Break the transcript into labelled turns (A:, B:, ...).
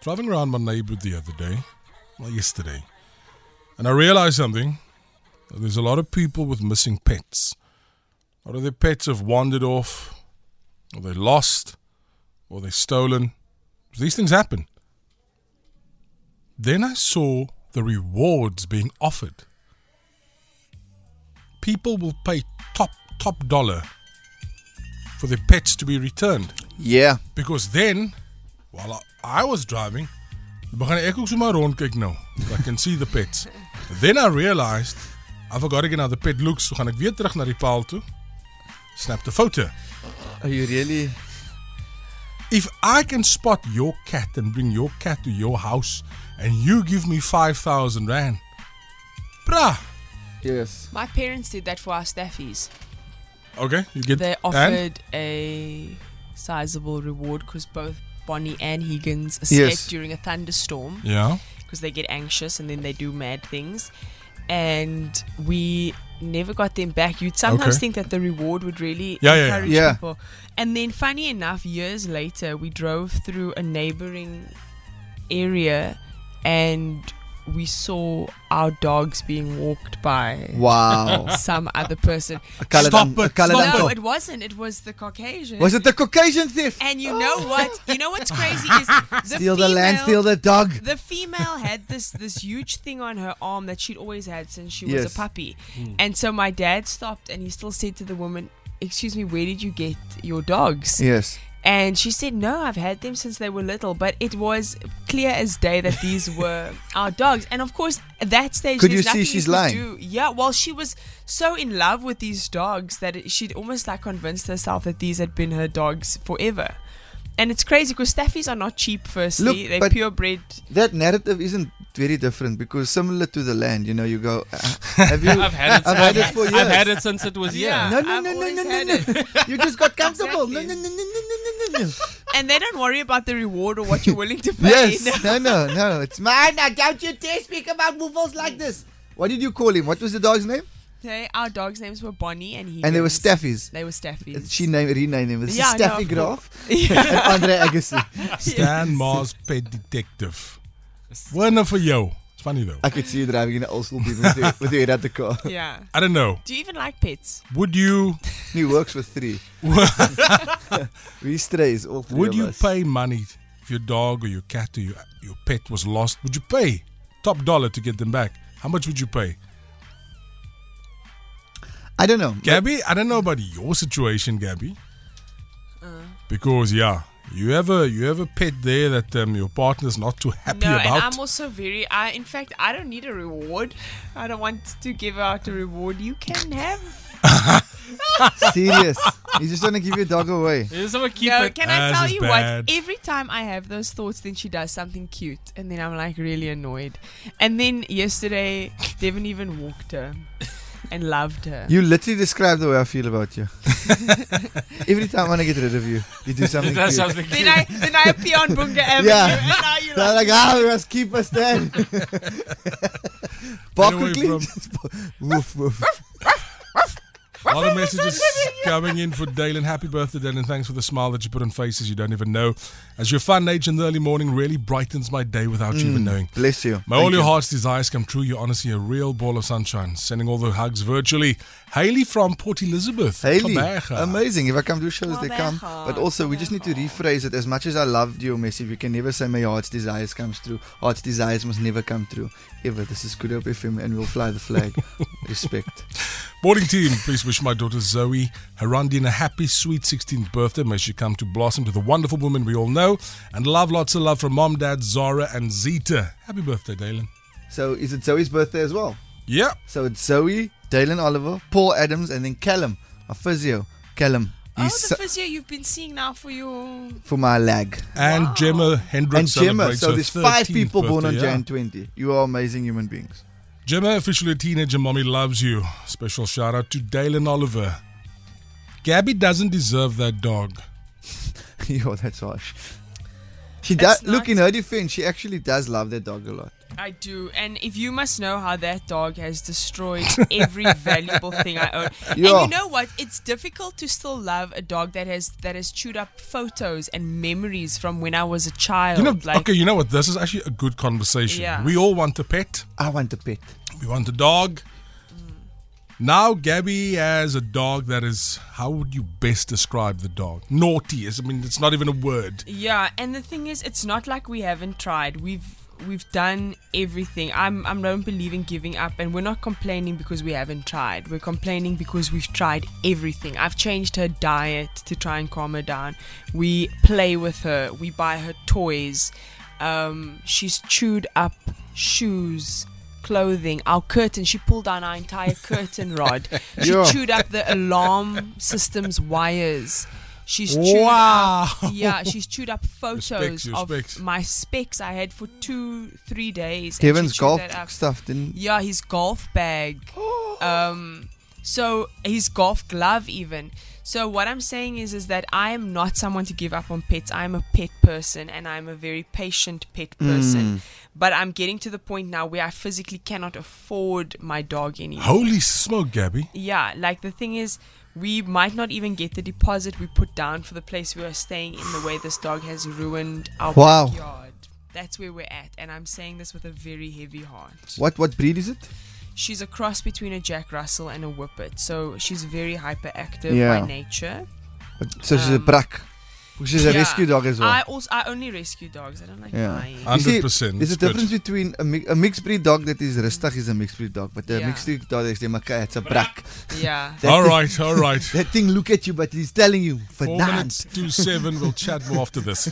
A: driving around my neighborhood the other day, well, yesterday, and I realized something. that There's a lot of people with missing pets. A lot of their pets have wandered off, or they're lost, or they're stolen. These things happen. Then I saw the rewards being offered. People will pay top, top dollar for their pets to be returned.
B: Yeah.
A: Because then, while I, I was driving, begin ek ook sommer rondkyk nou. I can see the pets. Then I realized I forgot again how the pet looks. So gaan ek weer terug na die paal toe. Snap the photo.
B: Are you really?
A: If I can spot your cat and bring your cat to your house and you give me 5000 rand. Bruh.
B: Yes.
C: My parents did that for our staffies.
A: Okay, you get
C: They
A: and?
C: offered a sizable reward because both Bonnie and Higgins escaped
B: Yes.
C: during a thunderstorm
A: Yeah.
C: because they get anxious and then they do mad things. And we never got them back. You'd sometimes
A: Okay.
C: think that the reward would really
A: Yeah, yeah, yeah.
C: encourage
B: Yeah.
C: people. And then, funny enough, years later, we drove through a neighboring area and we saw our dogs being walked by
B: Wow.
C: some other person.
B: A coloured
A: Stop
B: un- a
A: it,
B: coloured
A: stop
B: uncle.
C: No, it wasn't. It was the Caucasian.
B: Was it the Caucasian thief?
C: And you know what? You know what's crazy is the
B: Steal the land, steal
C: female-
B: the dog.
C: the female had this this huge thing on her arm that she'd always had since she was
B: Yes. Hmm.
C: a puppy. And so my dad stopped and he still said to the woman, "Excuse me, where did you get your dogs?"
B: Yes.
C: And she said, "No, I've had them since they were little, but it was clear as day that these were our dogs." And of course, at that stage,
B: Could
C: there's
B: you see
C: nothing
B: she's
C: could
B: lying?
C: do. Yeah, well, she was so in love with these dogs that it, she'd almost like convinced herself that these had been her dogs forever. And it's crazy because staffies are not cheap. Firstly,
B: Look,
C: they're
B: but-
C: purebred.
B: That narrative isn't very different because similar to the land, you know, you go, uh, have you?
D: I've had it.
B: I've had it for years.
D: I've had it since it was yeah.
B: No, no,
C: I've
B: no, no,
C: always
B: no, no,
C: had
B: no. You just got comfortable. No, no,
C: Exactly.
B: no, no, no, no, no, no, no.
C: And they don't worry about the reward or what you're willing to pay.
B: Yes. No, no, no. It's mine. Now, don't you dare speak about wolves like this. What did you call him? What was the dog's name?
C: They- our dogs' names were Bonnie and he.
B: And they were Steffies.
C: They were Steffies.
B: She named, renamed him. This
C: Yeah,
B: is
C: no,
B: Steffi
C: of
B: Graf
C: Yeah.
B: and Andre Agassi.
A: Stan Mars Pet Detective. Winner for you. It's funny though.
B: I could see you driving in an old school beamer with your- with your head at the car.
C: yeah.
A: I don't know.
C: Do you even like pets?
A: Would you
B: He works with three. we strays, all three
A: Would
B: of
A: you
B: us.
A: pay money if your dog or your cat or your, your pet was lost? Would you pay top dollar to get them back? How much would you pay?
B: I don't know.
A: Gabby, I don't know about your situation, Gabby.
C: Uh.
A: Because yeah, you have a you have a pet there that um, your partner's not too happy
C: no, and
A: about.
C: I'm also very. I in fact, I don't need a reward. I don't want to give out a reward. You can have.
B: Serious. He's just trying to give your dog away.
D: You just wanna keep
C: no,
D: it.
C: can
A: Ah,
C: I
A: this
C: tell
A: is
C: you
A: bad.
C: what? Every time I have those thoughts, then she does something cute, and then I'm like really annoyed. And then yesterday, Devon even walked her and loved her.
B: You literally describe the way I feel about you. Every time I want to get rid of you, you do something.
D: That
B: That's
D: sounds like
C: then I then I appear on Bunga Avenue,
B: Yeah.
C: and now you're
B: They're
C: like,
B: like, ah, we must keep us then. Bark
A: Get away
B: quickly.
A: from-
B: Just bark. woof, woof.
A: A lot of messages coming in for Dalen. Happy birthday, Dalen. Thanks for the smile that you put on faces you don't even know. As your fun nature in the early morning really brightens my day without you even knowing.
B: Bless you.
A: May
B: Thank
A: all your
B: you.
A: heart's desires come true. You're honestly a real ball of sunshine. Sending all the hugs virtually. Haley from Port Elizabeth.
B: Hailey,
A: Kaberga.
B: amazing. If I come do shows, they come.
C: Kaberga.
B: But also, we just need to rephrase it. As much as I loved your message, we can never say my heart's desires comes true. Heart's desires must never come true. Ever. This is Good Hope FM and we'll fly the flag. Respect.
A: Boarding team, please wish my daughter Zoe Harandin a happy, sweet 16th birthday. May she come to blossom to the wonderful woman we all know. And love, lots of love from mom, dad, Zara, and Zeta. Happy birthday, Dalen.
B: So is it Zoe's birthday as well?
A: Yeah.
B: So it's Zoe, Dalen Oliver, Paul Adams, and then Callum, our physio. Callum,
C: oh,
B: he's
C: the
B: so-
C: physio you've been seeing now for your.
B: for my lag.
A: And Gemma Hendricks.
B: And Gemma,
A: celebrates
B: so
A: her
B: there's five
A: 13th
B: people born on
A: birthday, yeah.
B: Jan 20. You are amazing human beings.
A: Gemma, officially a teenager, mommy loves you. Special shout out to Dalen Oliver. Gabby doesn't deserve that dog.
B: Yo, that's harsh. She
C: It's
B: does. Look,
C: not-
B: in her defense, she actually does love that dog a lot.
C: I do. And if you must know how that dog has destroyed every valuable thing I own. And
B: Yeah.
C: you know what? It's difficult to still love a dog that has that has chewed up photos and memories from when I was a child.
A: You know,
C: like
A: okay, you know what? This is actually a good conversation.
C: Yeah.
A: We all want a pet.
B: I want a pet.
A: We want a dog.
C: Mm.
A: Now Gabby has a dog that is how would you best describe the dog? Naughty is I mean it's not even a word.
C: Yeah, and the thing is it's not like we haven't tried. We've we've done everything. I'm I'm don't believe in giving up and we're not complaining because we haven't tried. We're complaining because we've tried everything. I've changed her diet to try and calm her down. We play with her, we buy her toys. Um, she's chewed up shoes, clothing, our curtain. She pulled down our entire curtain rod. She
B: Yeah.
C: chewed up the alarm system's wires. She's chewed up
A: Wow.
C: yeah, she's chewed up photos
A: Respects,
C: of
A: respects.
C: my specs I had for two, three days. and she
B: Kevin's
C: chewed
B: golf
C: that up.
B: stuff didn't.
C: Yeah, his golf bag. Um, so his golf glove even. So what I'm saying is, is that I am not someone to give up on pets. I'm a pet person, and I'm a very patient pet
B: Hmm.
C: person. But I'm getting to the point now where I physically cannot afford my dog anymore.
A: Holy smoke, Gabby.
C: Yeah, like the thing is, we might not even get the deposit we put down for the place we are staying in the way this dog has ruined our
B: Wow.
C: backyard. That's where we're at, and I'm saying this with a very heavy heart.
B: What what breed is it?
C: She's a cross between a Jack Russell and a Whippet, so she's very hyperactive
B: Yeah.
C: by nature.
B: So she's a
C: Um,
B: brak. She's a
C: Yeah.
B: rescue dog as well.
C: I also I only rescue dogs. I don't like
B: Yeah.
C: buying.
B: You see,
A: 100%,
B: There's a
A: it's good.
B: difference between a, mi- a mixed breed dog that is rustig is a mixed breed dog, but a
C: Yeah.
B: mixed breed dog is a maka, it's a brak.
C: yeah.
B: That
A: all
B: thing-
A: right, all right.
B: That thing look at you, but he's telling you,
A: Four
B: verdammt.
A: minutes to seven. We'll chat more after this.